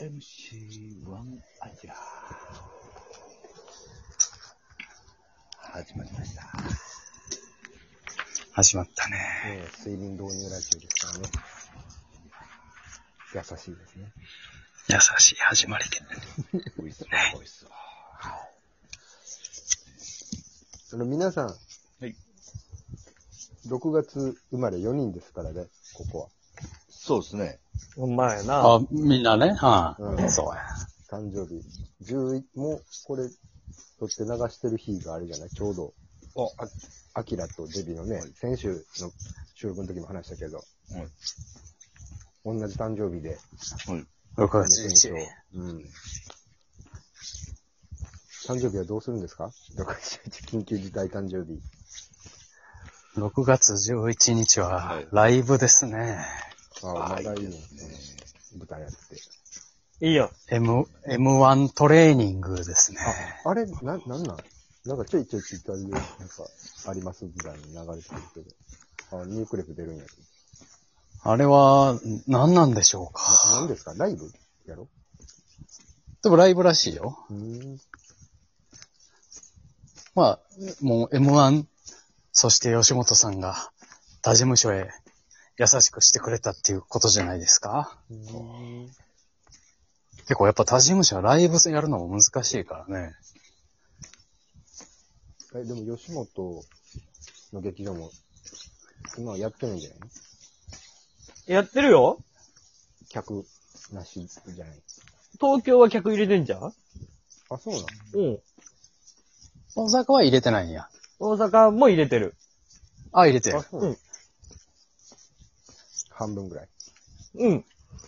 5MC1 アキラ。始まりました。始まったね。えー、睡眠導入ラジオですからね。優しいですね。優しい始まりで。ウィスパーボイスは。あの、皆さん。はい。 6月生まれ4人ですからね、ここそうですね。ほんまやな。あ、みんなね、はい、うんそうや。は。誕生日。11、もう、これ、撮って流してる日があれじゃないちょうど。あ、アキラとデビのね、先週の収録の時も話したけど、はい。同じ誕生日で。はい。 6月11 11日。うん。誕生日はどうするんですか ?6 月11緊急事態誕生日。 6月11日は、はいライブですね。ああ、まだいいね。ですね。舞台やって。いいよ。 M、M1 トレーニングですね。あれ、な、なんなんなんかちょいちょいツイッターで、なんか、ありますぐらいに流れてるけど。あ、ニュークレフ出るんやけど。あれは、何なんでしょうな、なんか。ですかライブやろでもライブらしいよ。うーん。まあ、もう M1、そして吉本さんが他事務所へ優しくしてくれたっていうことじゃないですか。結構やっぱ他事務所はライブやるのも難しいからね。え、でも吉本の劇場も、今はやってないんじゃないのやってるよ客なしじゃない。東京は客入れてんじゃんあ、そうなんうん。大阪は入れてないんや。大阪も入れてる。あ、入れてるあ、。そうなん、うん半分ぐらい。うん。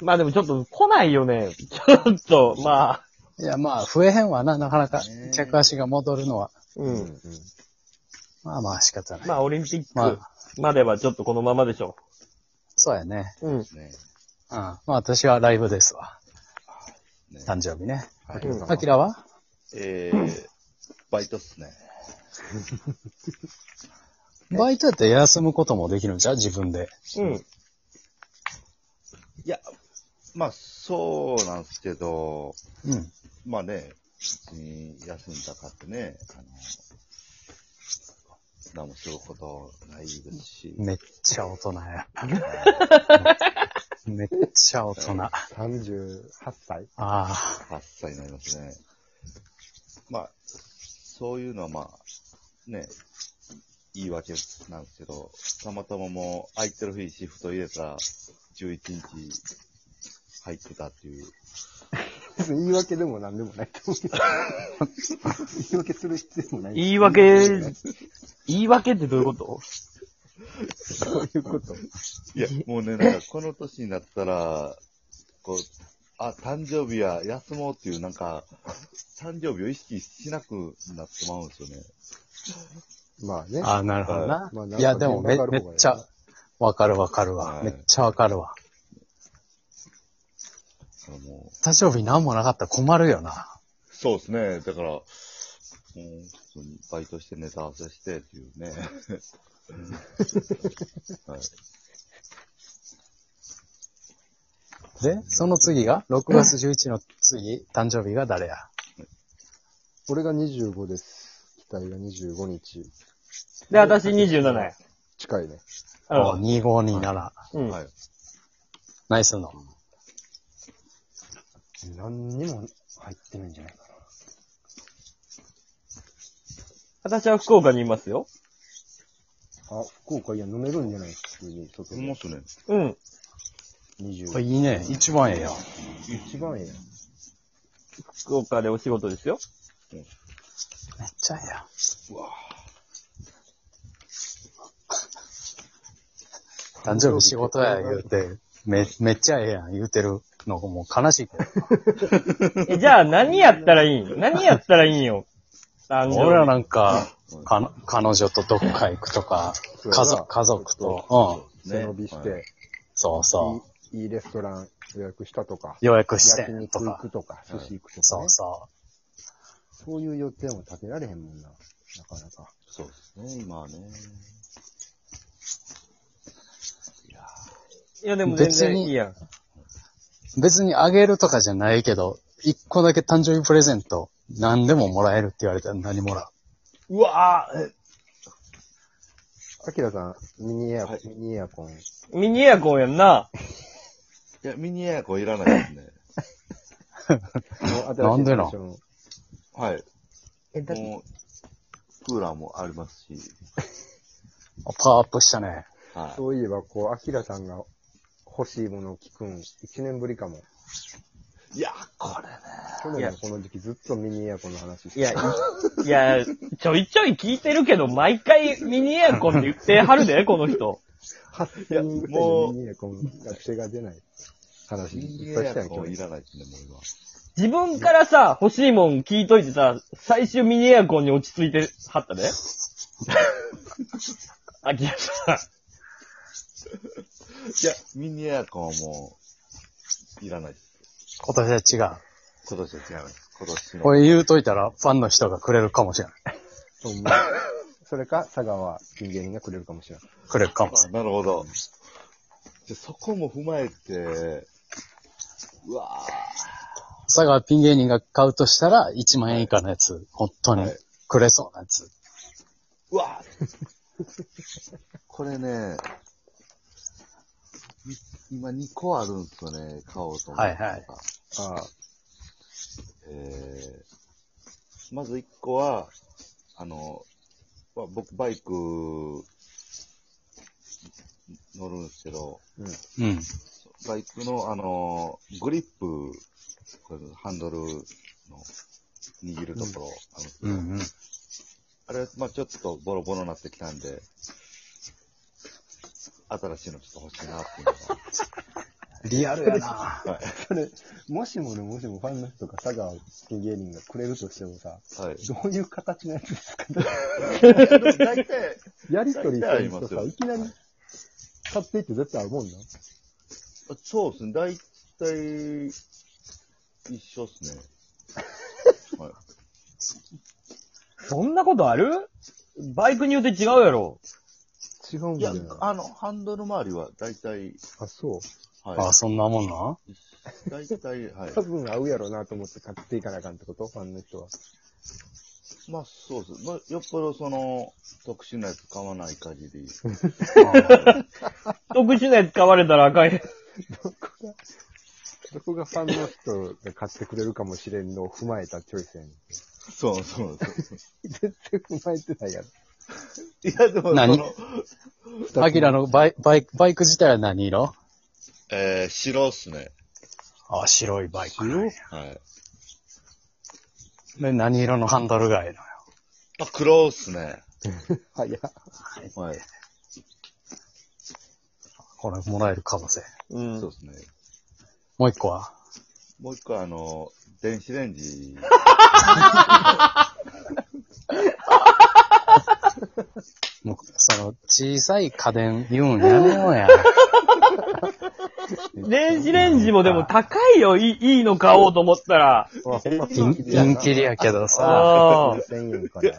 まあでもちょっと来ないよね。 ちょっと、まあ。いや、まあ、増えへんわな、なかなかね、着足が戻るのは。う。うんん。まあまあ、仕方ない。まあオリンピッまクあ、まではちょっとこのままでしょそうやね。う。うん。ね。うん。まあ、私はライブですわ。ね誕生日ね。はいうんアキラはえー、バイトっすね。バイトやって休むこともできるんじゃう自分で。うん。いや、まあ、そうなんですけど、うん。まあね、別に休んだかってね、あの、何もすることないですし、めっちゃ大人や。めっちゃ大人。あ38歳 あ。 8歳になりますね。まあ、そういうのはまあ、ね、言い訳なんですけど、たまたまもう空いてる日シフト入れたら、11日入ってたっていう。別に言い訳でも何でもないと思う。言 い訳する必要もない。言い訳、言い訳ってどういうことそういうこと。いや、 もうね、なんかこの年になったら、こう、あ、誕生日や、休もうっていう、なんか、誕生日を意識しなくなってまうんですよね。まあね。ああ、なるほどまあな。なんかいや、でもめ、現場があめる方がいいなっちゃ、わかるわかるはわ。いめっちゃわかるわ。あのもう誕生日なんもなかったら困るよな。そうですね。だから、もう、普通にバイトしてネタ合わせしてっていうね。はい、で、その次が、6月11の次、誕生日が誰や俺が25です。期待が25日。で、私27や。近いね。おう2527。ん。うはん。い。ナイスの。何にも入ってないんじゃないか私は福岡にいますよ。な。あ、福岡いや、飲めるんじゃない普通に。外うでまっすね。うん。これ20。いいね。一番ええよ。一番ええやん。福岡でお仕事ですよ。 めっちゃええや。うわ誕生日仕事や言うて、め、めっちゃええやん言うてるのもう悲しいけど。え、じゃあ何やったらいいん何やったらいいんよ。誕生日 俺はなんか、かの、彼女とどっか行くとか、そうやな家族、家族と、うん。背伸びして、はいそうそう。いい、いいレストラン予約したとか、予約して焼、肉と行かく。とか、寿司行くとか、そねうそそういう予定も立てられへんもんな。なかなか。そうですね、今はね。いや、でも全然いいやん。別にあげるとかじゃないけど、一個だけ誕生日プレゼント、何でももらえるって言われたら何もらううわぁ、アキラさん、ミニエア、はいミニエアコン。ミニエアコンやんな。いや、ミニエアコンいらないですね。なんでなんのはい。え、だって、もう、クーラーもありますし、あパワーアップしたね。はい。そういえば、こう、アキラさんが欲しいものを聞くん、一年ぶりかも。いや、これね。去い年やのこの時期ずっとミニエアコンの話していや、いいや、ちょいちょい聞いてるけど、毎回ミニエアコンって言ってはるで、この人。 8000人ぐらいのミニエアコン、学生が出ない話ミニいっぱいエしたアよ、コ去ンい年。らないですね、もう今。自分からさ、欲しいもん聞いといてさ、最終ミニエアコンに落ち着いてはった で。あきらさいや、ミニエアコンはもう、いらないです。今年は違う。今年は違います。今年の。これ言うといたら、ファンの人がくれるかもしれない。そう思うそれか、佐川金芸人がくれるかもしれない。くれるかもしれあなるほど。じゃそこも踏まえて、うわない。佐川ピン芸人が買うとしたら、1万円以下のやつ、本当にはいくれそうなやつ。ーうわーこれね、み今2個あるんですよね、買おうと思って。はいはいああ、えーまず1個は、あの、まあ僕バイク乗るんですけど、うん。うん。バイクの、あのーグリップ、これハンドルの握るところ、あのうんうん。あれ、まあちょっとボロボロになってきたんで、新しいのちょっと欲しいなっていうのリアルやなが。はそれ、もしもね、もしもファンの人が佐川金芸人がくれるとしてもさ、 い。 はい。どういう形のやつですか大体、やりとり絶対してる人さ、ありますよいきなり買っていって絶対あるもんな。そうですね、大体、一緒っすね。はい。ん、そんなことあるバイクによって違うやろ。違うんいだやよな。あの、ハンドル周りは大体、あ、そう。あ、は。そんなもんな大い体、はい。多分合うやろうなと思って買っていかなあかんってことファンの人は。まあ、そうです。まあ、よっぽどその、特殊なやつ買わない限 り。特殊なやつ買われたらあかんやん。どこが、どこがファンの人が買ってくれるかもしれんのを踏まえたチョイスやねん。そうそうそう。絶対踏まえてないやろ。いや、でも、何その、アキラのバイバイクバイク自体は何色えー、白っすね。あ、白いバイクなんや。はい。で、何色のハンドルがええのよ。あ、黒っすね。はいや。はい。これもらえるかもしれん。うんそう。ですね。もう一個はもう一個あの、電子レンジ。もう、その、小さい家電言うんやめようや。電子レンジもでも高いよ、いいいいの買おうと思ったら。わ、ほんまピン、ピンキリやけどさ。ああ。 2000円から。い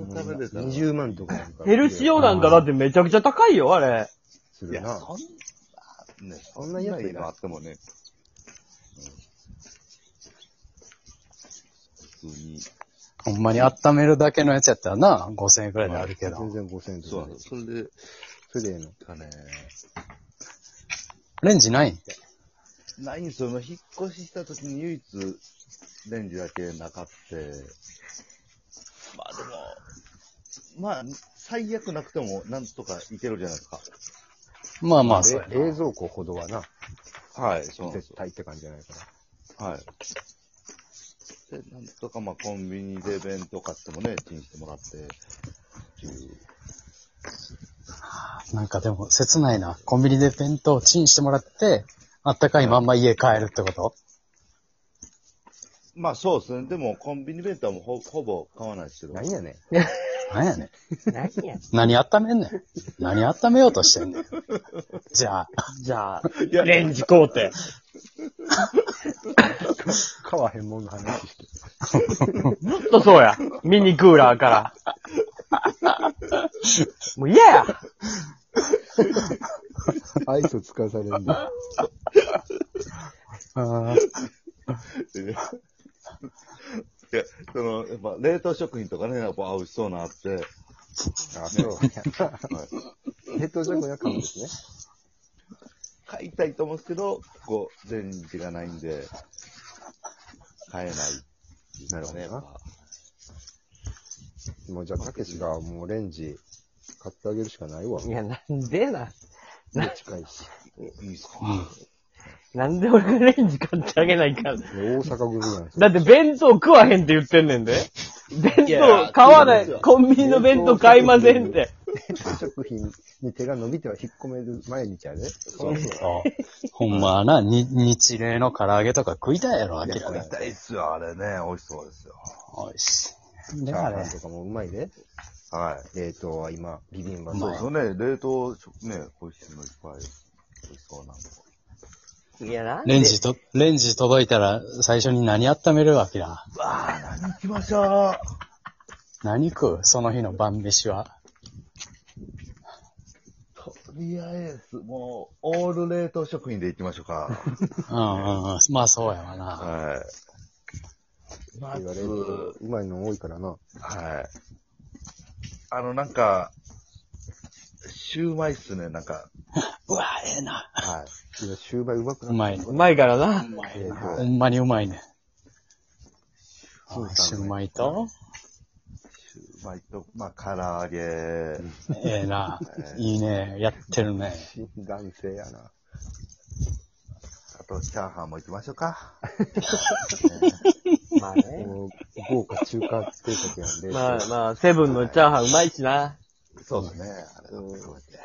20万とかなんか。ヘルシオなんかだってめちゃくちゃ高いよ、あれ。するや、な。そんな、ね、そんな安いなのあってもね。うん、普通に。ほんまに温めるだけのやつやったらな、5000円くらいであるけ全ど。然5000円とそうかなんでです。それで、それでええの。かね、レンジないんないんですよ。引っ越しした時に唯一、レンジだけなかって。まあでも、まあ、最悪なくても、なんとかいけるじゃないですか。まあまあ、そうやえ冷な。蔵庫ほどはな、はい、そうなんです絶対って感じじゃないから。はい。で、なんとかまあコンビニで弁当買ってもね、チンしてもらって、っていう。なんかでも、切ないな。コンビニで弁当チンしてもらって、あったかいまんま家帰るってことまあそうですね。でもコンビニ弁当はもうほほぼ買わないですけど。何やねん。なんやねん。何や。何温めんねん。何温めようとしてんねん。じゃあ、じゃ あ、レンジ買うて。買わへんもんの話して。ずっとそうや。ミニクーラーから。もう嫌や。愛想使わされるんだ。あでその、やっぱ冷凍食品とかね、やっぱ美味しそうなって、はい、あ、そう。冷凍食品は買うんですね。買いたいと思うんですけど、こう、全日がないんで、買えないっていうかね。なるほどなやっぱもうじゃあ、たけしがもうレンジ買ってあげるしかないわ。いや、なんでな。家近いし。いいっすか、なんで俺がレンジ買ってあげないかん。大阪組なんですよ。だって弁当食わへんって言ってんねんで。弁いや当買わない。コンビニの弁当買いませんって。冷凍食品に手が伸びては引っ込める毎日やで。そうそう。あほんまはな、に、日例の唐揚げとか食いたいやろ、明いや、らか食に。いたいっすよ、あれね。美味しそうですよ。おいしい。チねャーあハれン。とかもうまいで。はい。冷凍は今、ビビンバとそうかですよね。冷凍食、ね、美味しいのいっぱい。美味しそうなの。いや、なんレンジと、レンジ届いたら最初に何温めるわけだ。うわあ、何行きましょう。何食うその日の晩飯は。とりあえず、もう、オール冷凍食品で行きましょうか。うんうんうん。まあそうやわな。はい。ま言わずれる、と、うまいの多いからな。はい。あの、なんか、シューマイっすね、なんか。うわ、ええな。はいや、シューマイうまくなうまい。うまいからな。い。えっほとんまにうまいね。そうですシねューマイと、シューマイと、まあ、唐揚げ。ええな。いいね。やってるね。新男性やな。あと、チャーハンも行きましょうか。まあね。もう、豪華中華定食やんで。まあまあ、セブンのチャーハンうまいしな。そうですね。あれを食べて。